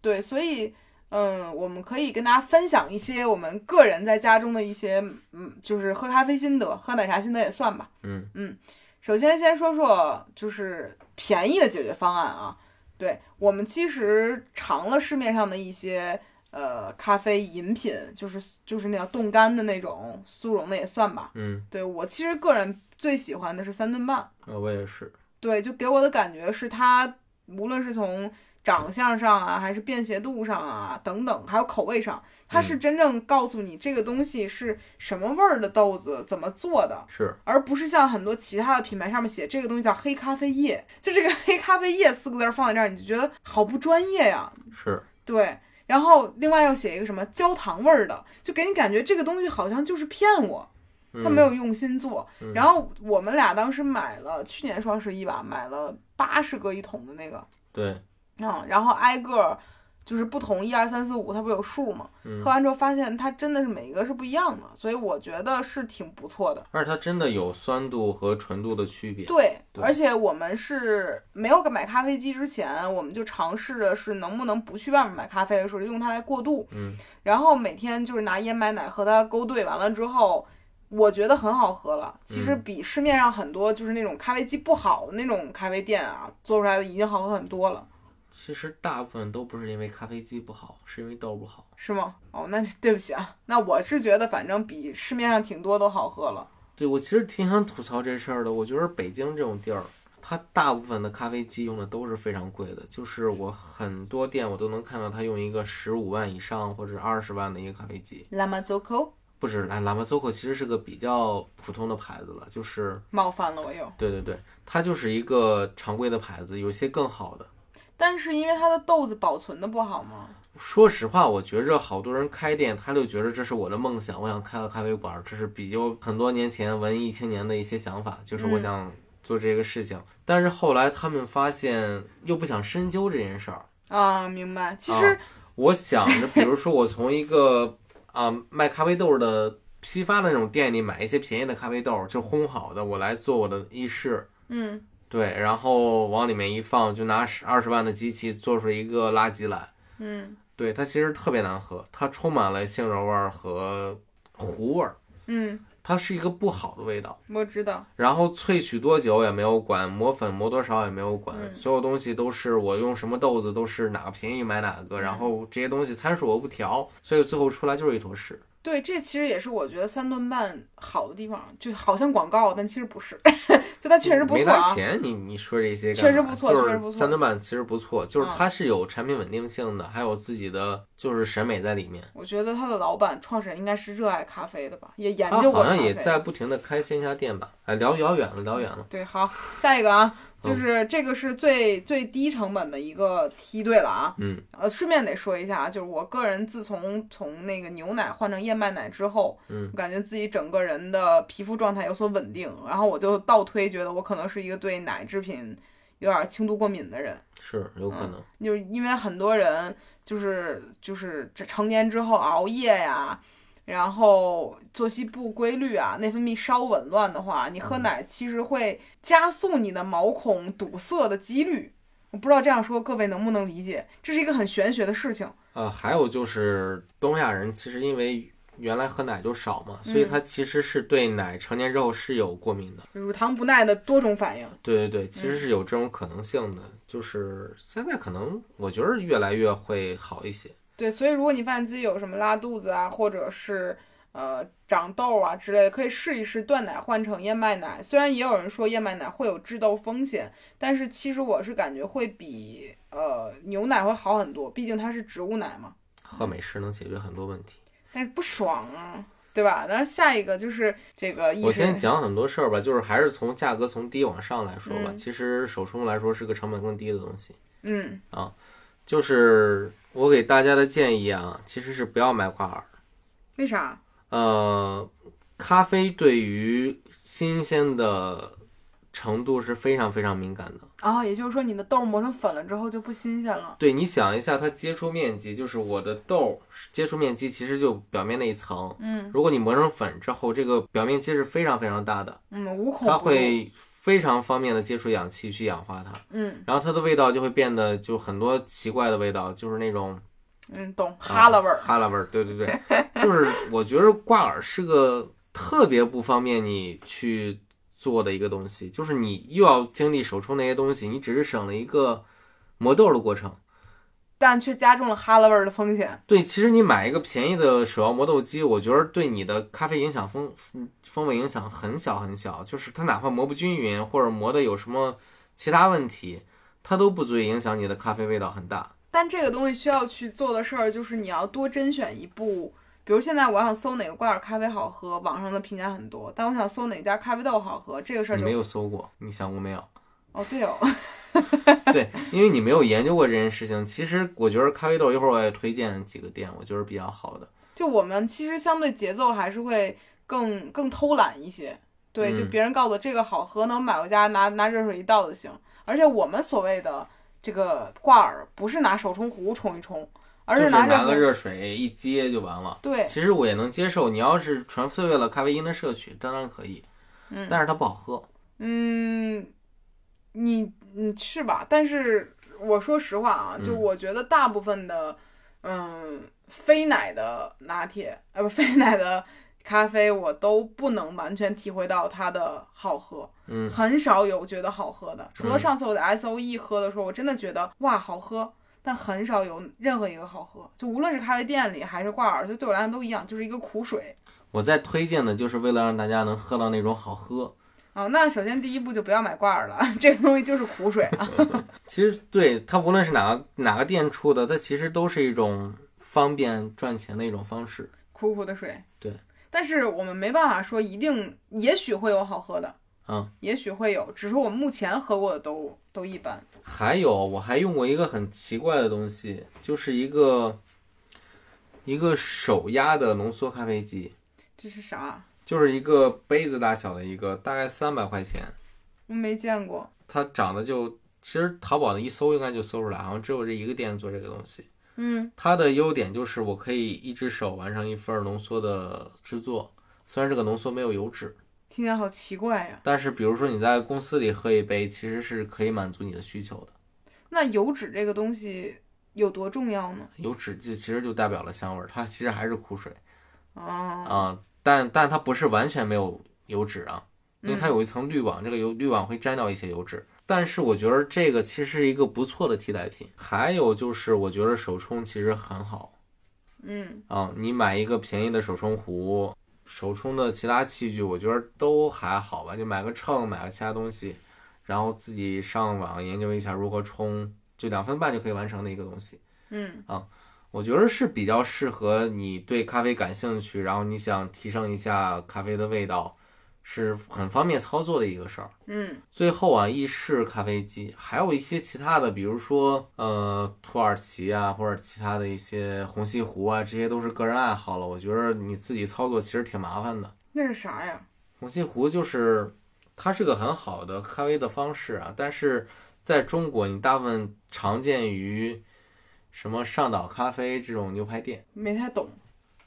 A: 对，所以嗯，我们可以跟大家分享一些我们个人在家中的一些嗯，就是喝咖啡心得、喝奶茶心得也算吧。
B: 嗯
A: 首先先说说就是便宜的解决方案啊，对我们其实尝了市面上的一些。呃，咖啡饮品就是就是那叫冻干的那种，速溶的也算吧。
B: 嗯，
A: 对我其实个人最喜欢的是三顿半，
B: 呃我也是。
A: 对，就给我的感觉是它无论是从长相上啊，还是便携度上啊，等等，还有口味上，它是真正告诉你这个东西是什么味儿的豆子，怎么做的，
B: 是，
A: 而不是像很多其他的品牌上面写这个东西叫黑咖啡液，就这个 黑咖啡液四个字儿放在这儿，你就觉得好不专业呀。
B: 是，
A: 对，然后另外又写一个什么焦糖味儿的，就给你感觉这个东西好像就是骗我。
B: 嗯
A: 他没有用心做。
B: 嗯
A: 然后我们俩当时买了去年双十一吧，买了八十个一桶的那个，
B: 对，
A: 嗯，然后挨个儿就是不同一二三四五，它不是有数吗？
B: 嗯
A: 喝完之后发现它真的是每一个是不一样的，所以我觉得是挺不错的。
B: 而且它真的有酸度和纯度的区别。
A: 对，
B: 对
A: 而且我们是没有买咖啡机之前，我们就尝试着是能不能不去外面买咖啡的时候用它来过渡，
B: 嗯，
A: 然后每天就是拿燕麦奶和它勾兑，完了之后我觉得很好喝了。其
B: 嗯
A: 实比市面上很多就是那种咖啡机不好的那种咖啡店啊，做出来的已经好喝很多了，
B: 其实大部分都不是因为咖啡机不好，是因为豆不好。
A: 是 吗？哦，那对不起啊，那我是觉得反正比市面上挺多都好喝了。
B: 对我其实挺想吐槽这事儿的。我觉得北京这种地儿，它大部分的咖啡机用的都是非常贵的，就是我很多店我都能看到它用一个十五万以上或者二十万的一个咖啡机。
A: 拉玛佐口
B: 不止来喇嘛 Zoco 其实是个比较普通的牌子了，就是
A: 冒犯了我又，
B: 对对对，它就是一个常规的牌子，有些更好的。
A: 但是因为它的豆子保存的不好吗？
B: 说实话，我觉着好多人开店，他就觉着这是我的梦想，我想开个咖啡馆儿，这是比较很多年前文艺青年的一些想法，就是我
A: 嗯
B: 想做这个事情。但是后来他们发现又不想深究这件事儿。
A: 啊，明白。其实、
B: 我想着，比如说我从一个啊、卖咖啡豆的批发的那种店里买一些便宜的咖啡豆，就烘好的，我来做我的意式。
A: 嗯，
B: 对，然后往里面一放，就拿十二十万的机器做出一个垃圾来。
A: 嗯
B: 对，它其实特别难喝，它充满了杏仁味儿和糊味儿，
A: 嗯，
B: 它是一个不好的味道。
A: 我知道。
B: 然后萃取多久也没有管，磨粉磨多少也没有管，
A: 嗯
B: 所有东西都是我用什么豆子都是哪个便宜买哪个，
A: 嗯
B: 然后这些东西参数我不调，所以最后出来就是一坨屎。
A: 对，这其实也是我觉得三顿半好的地方，就好像广告，但其实不是， 就它确实不
B: 嗯没
A: 错
B: 拿
A: 啊。
B: 钱，你你说这些干
A: 确实
B: 嘛
A: 不错
B: 就
A: 确
B: 是
A: 实不错
B: 三顿半其实不错，就
A: 嗯
B: 是它是有产品稳定性的，还有自己的就是审美在里面。
A: 我觉得他的老板创始人应该是热爱咖啡的吧，也研
B: 他
A: 究过
B: 好
A: 咖
B: 像
A: 啡。
B: 也在不停的开线下店吧？哎，聊遥远了，聊远了。
A: 对，好，下一个啊，
B: 嗯
A: 就是这个是最最低成本的一个梯队了啊。
B: 嗯，
A: 呃，顺便得说一下啊，就是我个人自从从那个牛奶换成燕麦奶之后，
B: 嗯，
A: 我感觉自己整个人的皮肤状态有所稳定，然后我就倒推觉得我可能是一个对奶制品有点轻度过敏的人。
B: 是有可能。
A: 就是因为很多人就是就是这成年之后熬夜呀，然后作息不规律啊，内分泌稍紊乱的话，你喝奶其实会加速你的毛孔堵塞的几率。我不知道这样说各位能不能理解，这是一个很玄学的事情。
B: 啊，还有就是东亚人其实因为原来喝奶就少嘛，
A: 嗯
B: 所以他其实是对奶成年之后是有过敏的。
A: 乳糖不耐的多种反应，
B: 对对对，
A: 嗯
B: 其实是有这种可能性的。就是现在可能我觉得越来越会好一些。
A: 对，所以如果你发现自己有什么拉肚子啊，或者是呃长痘啊之类的，可以试一试断奶换成燕麦奶。虽然也有人说燕麦奶会有致痘风险，但是其实我是感觉会比呃牛奶会好很多，毕竟它是植物奶嘛。
B: 喝美式能解决很多问题。
A: 但是不爽啊，对吧？然后下一个嗯就是这个意
B: 我
A: 识
B: 先，讲很多事儿吧，就是还是从价格从低往上来说吧。
A: 嗯
B: 其实手冲来说是个成本更低的东西。
A: 嗯，
B: 就是我给大家的建议啊，其实是不要买挂耳。
A: 为啥？
B: 呃，咖啡对于新鲜的程度是非常非常敏感的。
A: 然哦后也就是说，你的痘磨成粉了之后就不新鲜了。
B: 对，你想一下，它接触面积就是我的豆接触面积，其实就表面那一层。
A: 嗯
B: 如果你磨成粉之后，这个表面积是非常非常大的，
A: 嗯，无孔
B: 它
A: 不入。
B: 会非常方便的接触氧气去氧化它，
A: 嗯
B: 然后它的味道就会变得就很多奇怪的味道，就是那种
A: 嗯，懂
B: 啊
A: 哈喇味儿。
B: 哈喇味儿，对对对，就是我觉得挂耳是个特别不方便你去做的一个东西，就是你又要经历手冲那些东西，你只是省了一个磨豆的过程。
A: 但却加重了哈喇味儿的风险。
B: 对，其实你买一个便宜的手摇磨豆机，我觉得对你的咖啡影响风嗯风味影响很小很小，就是它哪怕磨不均匀或者磨的有什么其他问题，它都不足以影响你的咖啡味道很大。
A: 但这个东西需要去做的事儿，就是你要多甄选一步。比如现在我想搜哪个挂耳咖啡好喝，网上的评价很多，但我想搜哪家咖啡豆好喝，这个事儿
B: 你
A: 就
B: 没有搜过，你想过没有？
A: 哦对哦，
B: 对，因为你没有研究过这件事情。其实我觉得咖啡豆一会儿我也推荐几个店，我觉得比较好的。
A: 就我们其实相对节奏还是会更更偷懒一些。对，
B: 嗯
A: 就别人告诉我这个好喝，那我买回家拿拿热水一倒就行。而且我们所谓的这个挂耳，不是拿手冲壶冲一冲，而
B: 就是是拿
A: 热
B: 个
A: 水。
B: 热水一接就完了。
A: 对，
B: 其实我也能接受，你要是纯粹为了咖啡因的摄取，当然可以，
A: 嗯
B: 但是它不好喝。
A: 嗯，你嗯是吧？但是我说实话啊，就
B: 嗯
A: 我觉得 大部分的，嗯，非奶的拿铁，呃，不，非奶的咖啡，我都不能完全体会到它的好喝，
B: 嗯
A: 很少有觉得好喝的。除了
B: 嗯
A: 上次我在 S O E 喝的时候，我真的觉得哇好喝，但很少有任何一个好喝。就无论是咖啡店里还是挂耳，就对我来讲都一样，就是一个苦水
B: 我在推荐的就是为了让大家能喝到那种好喝。
A: 啊。那首先第一步就不要买挂耳了， 这个东西就是苦水啊。
B: 其实对它无论是哪个哪个店出的，它其实都是一种方便赚钱的一种方式。
A: 苦苦的水。
B: 对，
A: 但是我们没办法说一定，也许会有好喝的，
B: 嗯，
A: 也许会有，只是我目前喝过的都都一般。
B: 还有我还用过一个很奇怪的东西，就是一个一个手压的浓缩咖啡机，
A: 这是啥？
B: 就是一个杯子大小的一个，大概三百块钱。
A: 我没见过。
B: 它长得就，其实淘宝的一搜应该就搜出来，好像只有这一个店做这个东西。
A: 嗯，
B: 它的优点就是我可以一只手完成一份浓缩的制作，虽然这个浓缩没有油脂，
A: 听起来好奇怪呀、
B: 但是比如说你在公司里喝一杯，其实是可以满足你的需求的。
A: 那油脂这个东西有多重要呢？
B: 油脂就其实就代表了香味儿，它其实还是苦水
A: 啊，
B: 啊、但但它不是完全没有油脂啊，因为它有一层滤网，这个油滤网会沾到一些油脂。但是我觉得这个其实是一个不错的替代品。还有就是，我觉得手冲其实很好。
A: 嗯，
B: 啊，你买一个便宜的手冲壶，手冲的其他器具我觉得都还好吧，就买个秤，买个其他东西，然后自己上网研究一下如何冲，就两分半就可以完成的一个东西。
A: 嗯，
B: 我觉得是比较适合你对咖啡感兴趣，然后你想提升一下咖啡的味道，是很方便操作的一个事儿。
A: 嗯，
B: 最后啊，意式咖啡机，还有一些其他的，比如说呃土耳其啊，或者其他的一些虹吸壶啊，这些都是个人爱好了。我觉得你自己操作其实挺麻烦的。
A: 那是啥呀？
B: 虹吸壶就是它是个很好的咖啡的方式啊，但是在中国你大部分常见于什么上岛咖啡这种牛排店。
A: 没太懂。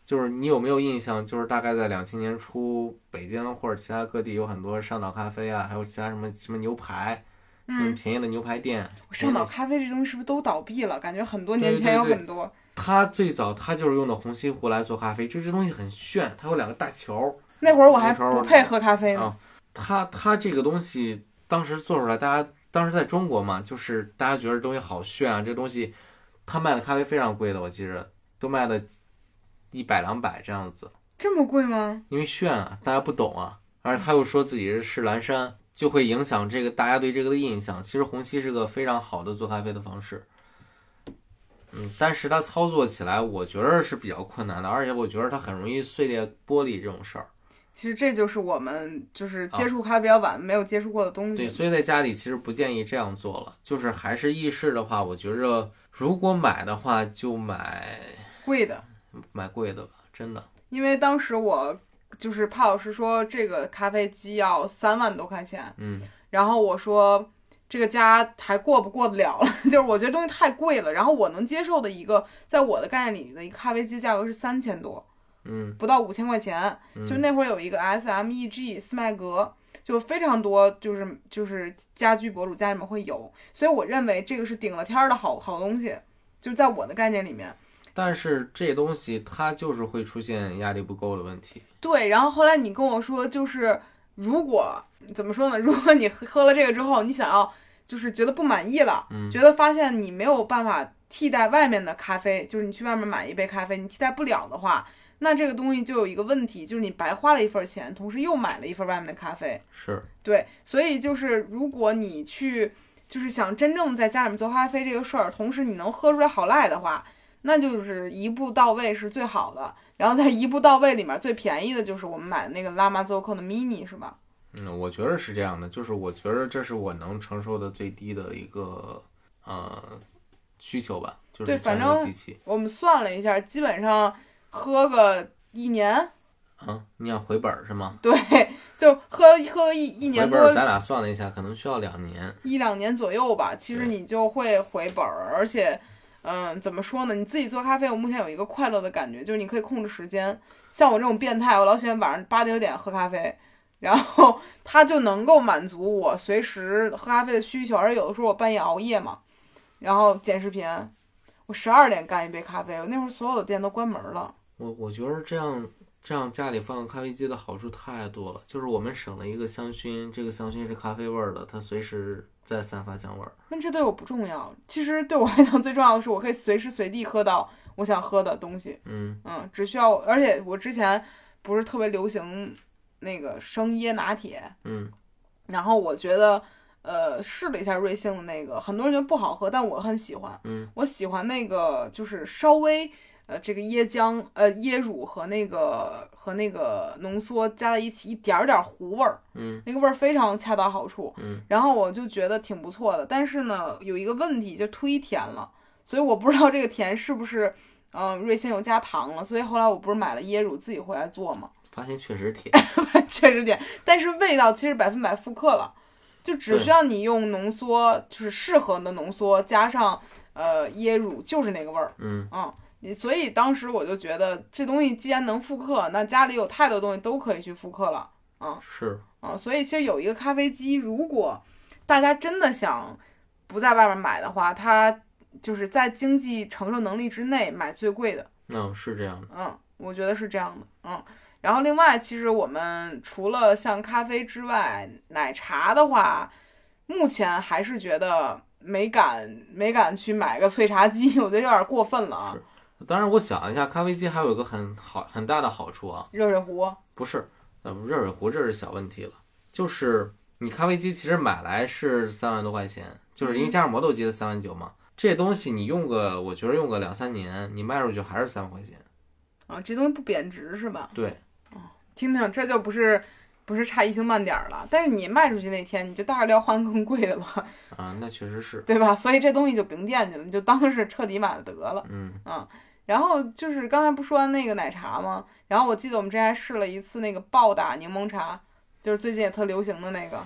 B: 就是你有没有印象？就是大概在两千年初，北京或者其他各地有很多上岛咖啡啊，还有其他什么什么牛排，嗯，
A: 嗯，
B: 便宜的牛排店。嗯
A: 上岛
B: 它
A: 咖啡这东西是不是都倒闭了？感觉很多年
B: 对对
A: 前有
B: 对
A: 很多。
B: 它最早它就是用的虹吸壶来做咖啡，就这东西很炫，它有两个大球。
A: 那会儿我还
B: 那时候
A: 不配喝咖啡呢。
B: 啊它它这个东西当时做出来，大家当时在中国嘛，就是大家觉得这东西好炫啊，这东西它卖的咖啡非常贵的，我记着都卖的一百两百这样子，
A: 这么贵吗？
B: 因为炫啊，大家不懂啊，而他又说自己是蓝山，就会影响这个大家对这个的印象。其实虹吸是个非常好的做咖啡的方式，嗯，但是它操作起来我觉得是比较困难的，而且我觉得它很容易碎裂玻璃这种事儿。
A: 其实这就是我们就是接触咖啡比较晚，没有接触过的东
B: 对，
A: 西。
B: 所以在家里其实不建议这样做了。就是还是意式的话，我觉着如果买的话就买
A: 贵的，
B: 买贵的吧，真的。
A: 因为当时我就是怕老师说这个咖啡机要三万多块钱，
B: 嗯，
A: 然后我说这个家还过不过得了 了，就是我觉得东西太贵了。然后我能接受的一个，在我的概念里的一个咖啡机价格是三千多，
B: 嗯，
A: 不到五千块钱。就那会儿有一个 S M E G 斯麦格。就非常多，就是就是家居博主家里面会有，所以我认为这个是顶了天儿的好好东西，就是在我的概念里面。
B: 但是这东西它就是会出现压力不够的问题。
A: 对，然后后来你跟我说，就是如果怎么说呢？ 如果你喝喝了这个之后，你想要就是觉得不满意了，觉得发现你没有办法替代外面的咖啡，就是你去外面买一杯咖啡，你替代不了的话，那这个东西就有一个问题，就是你白花了一份钱，同时又买了一份外面的咖啡。
B: 是，
A: 对，所以就是如果你去就是想真正在家里面做咖啡这个事儿，同时你能喝出来好赖的话，那就是一步到位是最好的。然后在一步到位里面最便宜的就是我们买的那个拉玛佐克的 mini 是吧？
B: 嗯，我觉得是这样的，就是我觉得这是我能承受的最低的一个呃需求吧，就是
A: 对反
B: 这样一个
A: 正
B: 机器
A: 我们算了一下，基本上喝个一年，
B: 啊，你想回本儿是吗？
A: 对，就喝喝一一
B: 回
A: 年
B: 本
A: 多
B: 儿咱俩算了一下，可能需要两年。
A: 一两年左右吧，其实
B: 对
A: 你就会回本儿，而且，嗯，怎么说呢？你自己做咖啡，我目前有一个快乐的感觉，就是你可以控制时间。像我这种变态，我老喜欢晚上八九点喝咖啡，然后它就能够满足我随时喝咖啡的需求。而有的时候我半夜熬夜嘛，然后剪视频，我十二点干一杯咖啡，我那会儿所有的店都关门了。
B: 我我觉得这样这样家里放个咖啡机的好处太多了，就是我们省了一个香薰，这个香薰是咖啡味儿的，它随时在散发香味儿。
A: 那这对我不重要。其实对我来讲最重要的是，我可以随时随地喝到我想喝的东西。
B: 嗯，
A: 嗯，只需要，而且我之前不是特别流行那个生椰拿铁，
B: 嗯，
A: 然后我觉得，呃，试了一下瑞幸的那个，很多人觉得不好喝，但我很喜欢。
B: 嗯，
A: 我喜欢那个就是稍微，呃，这个椰浆、呃椰乳和那个和那个浓缩加在一起一点儿点儿糊味儿，
B: 嗯，
A: 那个味儿非常恰到好处。
B: 嗯，
A: 然后我就觉得挺不错的，但是呢，有一个问题就忒甜了，所以我不知道这个甜是不是。嗯，瑞幸有加糖了，所以后来我不是买了椰乳自己回来做嘛，
B: 发现确实甜。
A: 确实点，但是味道其实百分百复刻了，就只需要你用浓缩，就是适合的浓缩加上呃椰乳，就是那个味儿。
B: 嗯
A: 嗯，你所以当时我就觉得这东西既然能复刻，那家里有太多东西都可以去复刻了
B: 是，
A: 啊、嗯所以其实有一个咖啡机，如果大家真的想不在外面买的话，它就是在经济承受能力之内买最贵的。
B: 那、是这样的。
A: 嗯，我觉得是这样的，嗯。然后另外，其实我们除了像咖啡之外，奶茶的话，目前还是觉得没敢没敢去买个 萃茶机，我觉得有点过分了啊
B: 是。当然，我想一下，咖啡机还有一个很好很大的好处啊，
A: 热水壶，
B: 不是，呃，热水壶这是小问题了，就是你咖啡机其实买来是三万多块钱，就是
A: 嗯
B: 因为加上磨豆机的三万九嘛，这东西你用个，我觉得用个两三年，你卖出去还是三万块钱。
A: 啊，这东西不贬值是吧？
B: 对，
A: 听听，这就不是不是差一星半点儿了。但是你卖出去那天，你就大不了换更贵的了，
B: 啊，那确实是，
A: 对吧？所以这东西就甭惦记了，你就当是彻底买了得了。
B: 嗯
A: 然后就是刚才不说完那个奶茶吗？然后我记得我们之前还试了一次那个暴打柠檬茶，就是最近也特流行的那个。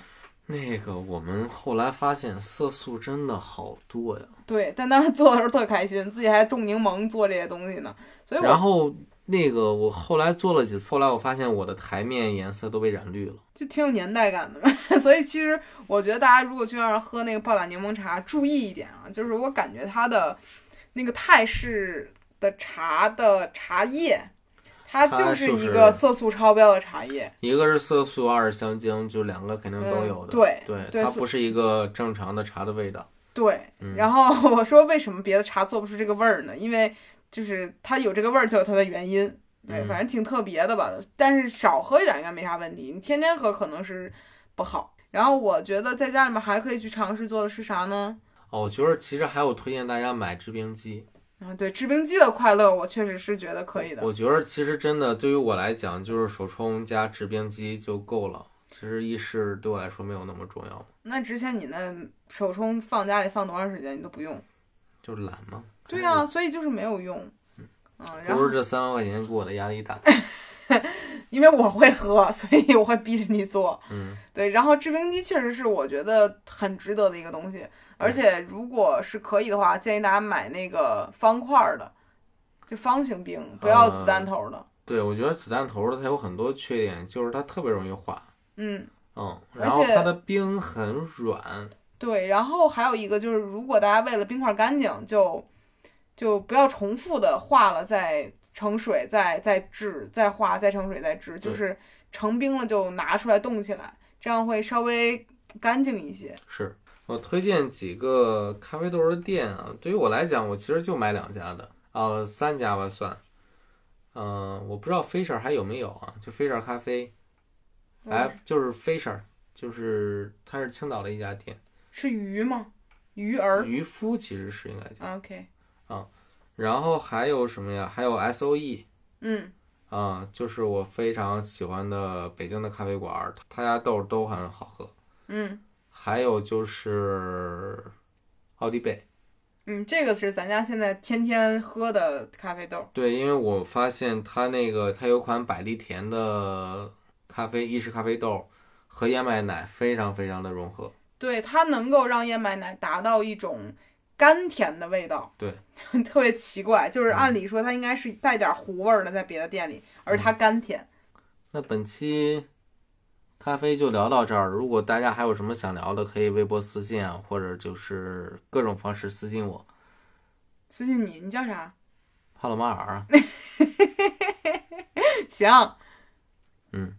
B: 那个我们后来发现色素真的好多呀，
A: 对，但当时做的时候特开心，自己还种柠檬做这些东西呢。所以我
B: 然后那个我后来做了几次，后来我发现我的台面颜色都被染绿了。
A: 就挺有年代感的嘛。 所以其实我觉得大家如果去那儿喝那个暴打柠檬茶，注意一点啊，就是我感觉它的那个泰式的茶的茶叶，它
B: 它
A: 就是
B: 就是
A: 一个色素超标的茶叶。
B: 一个是色素，二是香精，就两个肯定都有
A: 嗯
B: 的。
A: 对
B: 对
A: 对
B: 它
A: 所
B: 不是一个正常的茶的味道。
A: 对，
B: 嗯
A: 然后 我说为什么别的茶做不出这个味儿呢？因为就是它有这个味儿就有它的原因，对，
B: 嗯
A: 反正挺特别的吧。但是少喝一点应该没啥问题，你天天喝可能是不好。然后我觉得在家里面还可以去尝试做的是啥呢？
B: 哦，我觉得其实还有推荐大家买制冰机。
A: 啊，对，制冰机的快乐，我确实是觉得可以的。
B: 我觉得其实真的对于我来讲，就是手冲加制冰机就够了。其实意式对我来说没有那么重要，
A: 那之前你那手冲放家里放多长时间你都不用？
B: 就是懒嘛。
A: 对呀、，所以就是没有用。嗯，然
B: 不
A: 后
B: 是这三万块钱给我的压 力大。
A: 因为我会喝，所以我会逼着你做。
B: 嗯，
A: 对，然后制冰机确实是我觉得很值得的一个东西，而且如果是可以的话，建议大家买那个方块儿的，就方形冰，不
B: 啊
A: 要子弹头的。
B: 对，我觉得子弹头的它有很多缺点，就是它特别容易化。
A: 嗯，
B: 嗯，
A: 而
B: 然后
A: 且
B: 它的冰很软。
A: 对。然后还有一个就是，如果大家为了冰块干净，就就不要重复的化了再盛水，再再制，再化，再盛水，再制，就
B: 对
A: 是成冰了就拿出来冻起来，这样会稍微干净一些。
B: 是我推荐几个咖啡豆的店啊，对于我来讲，我其实就买两家的，呃，三家吧算。嗯、我不知道 Fisher 还有没有啊？就 Fisher 咖啡，
A: 嗯
B: 哎，就是 Fisher，就是它是青岛的一家店，
A: 是鱼吗？鱼儿。
B: 渔夫其实是应该讲。
A: OK，
B: 然后还有什么呀？还有 S O E
A: 嗯。
B: 啊、就是我非常喜欢的北京的咖啡馆儿，他家豆都很好喝。
A: 嗯
B: 还有就是奥迪贝，
A: 嗯，这个是咱家现在天天喝的咖啡豆。
B: 对，因为我发现它那个它有款百利甜的咖啡意式咖啡豆和燕麦奶非常非常的融合，
A: 对，它能够让燕麦奶达到一种甘甜的味道。
B: 对，
A: 特别奇怪，就是按理说它应该是带点糊味儿的，在别的店里，而它甘甜。
B: 那本期咖啡就聊到这儿，如果大家还有什么想聊的，可以微博私信啊，或者就是各种方式私信我。
A: 私信你，你叫啥？
B: 帕洛马尔啊，
A: 行，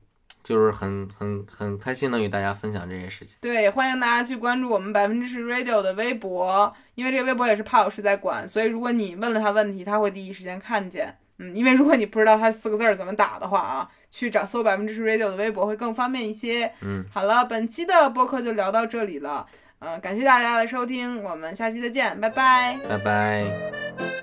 B: 就是很很很开心能与大家分享这些事情。
A: 对，欢迎大家去关注我们百分之十 Radio 的微博，因为这个微博也是帕老师在管，所以如果你问了他问题，他会第一时间看见。嗯，因为如果你不知道他四个字儿怎么打的话啊，去找搜百分之十 Radio 的微博会更方便一些。
B: 嗯，
A: 好了，本期的播客就聊到这呃里了，嗯、感谢大家的收听，我们下期再见，拜拜。
B: 拜拜。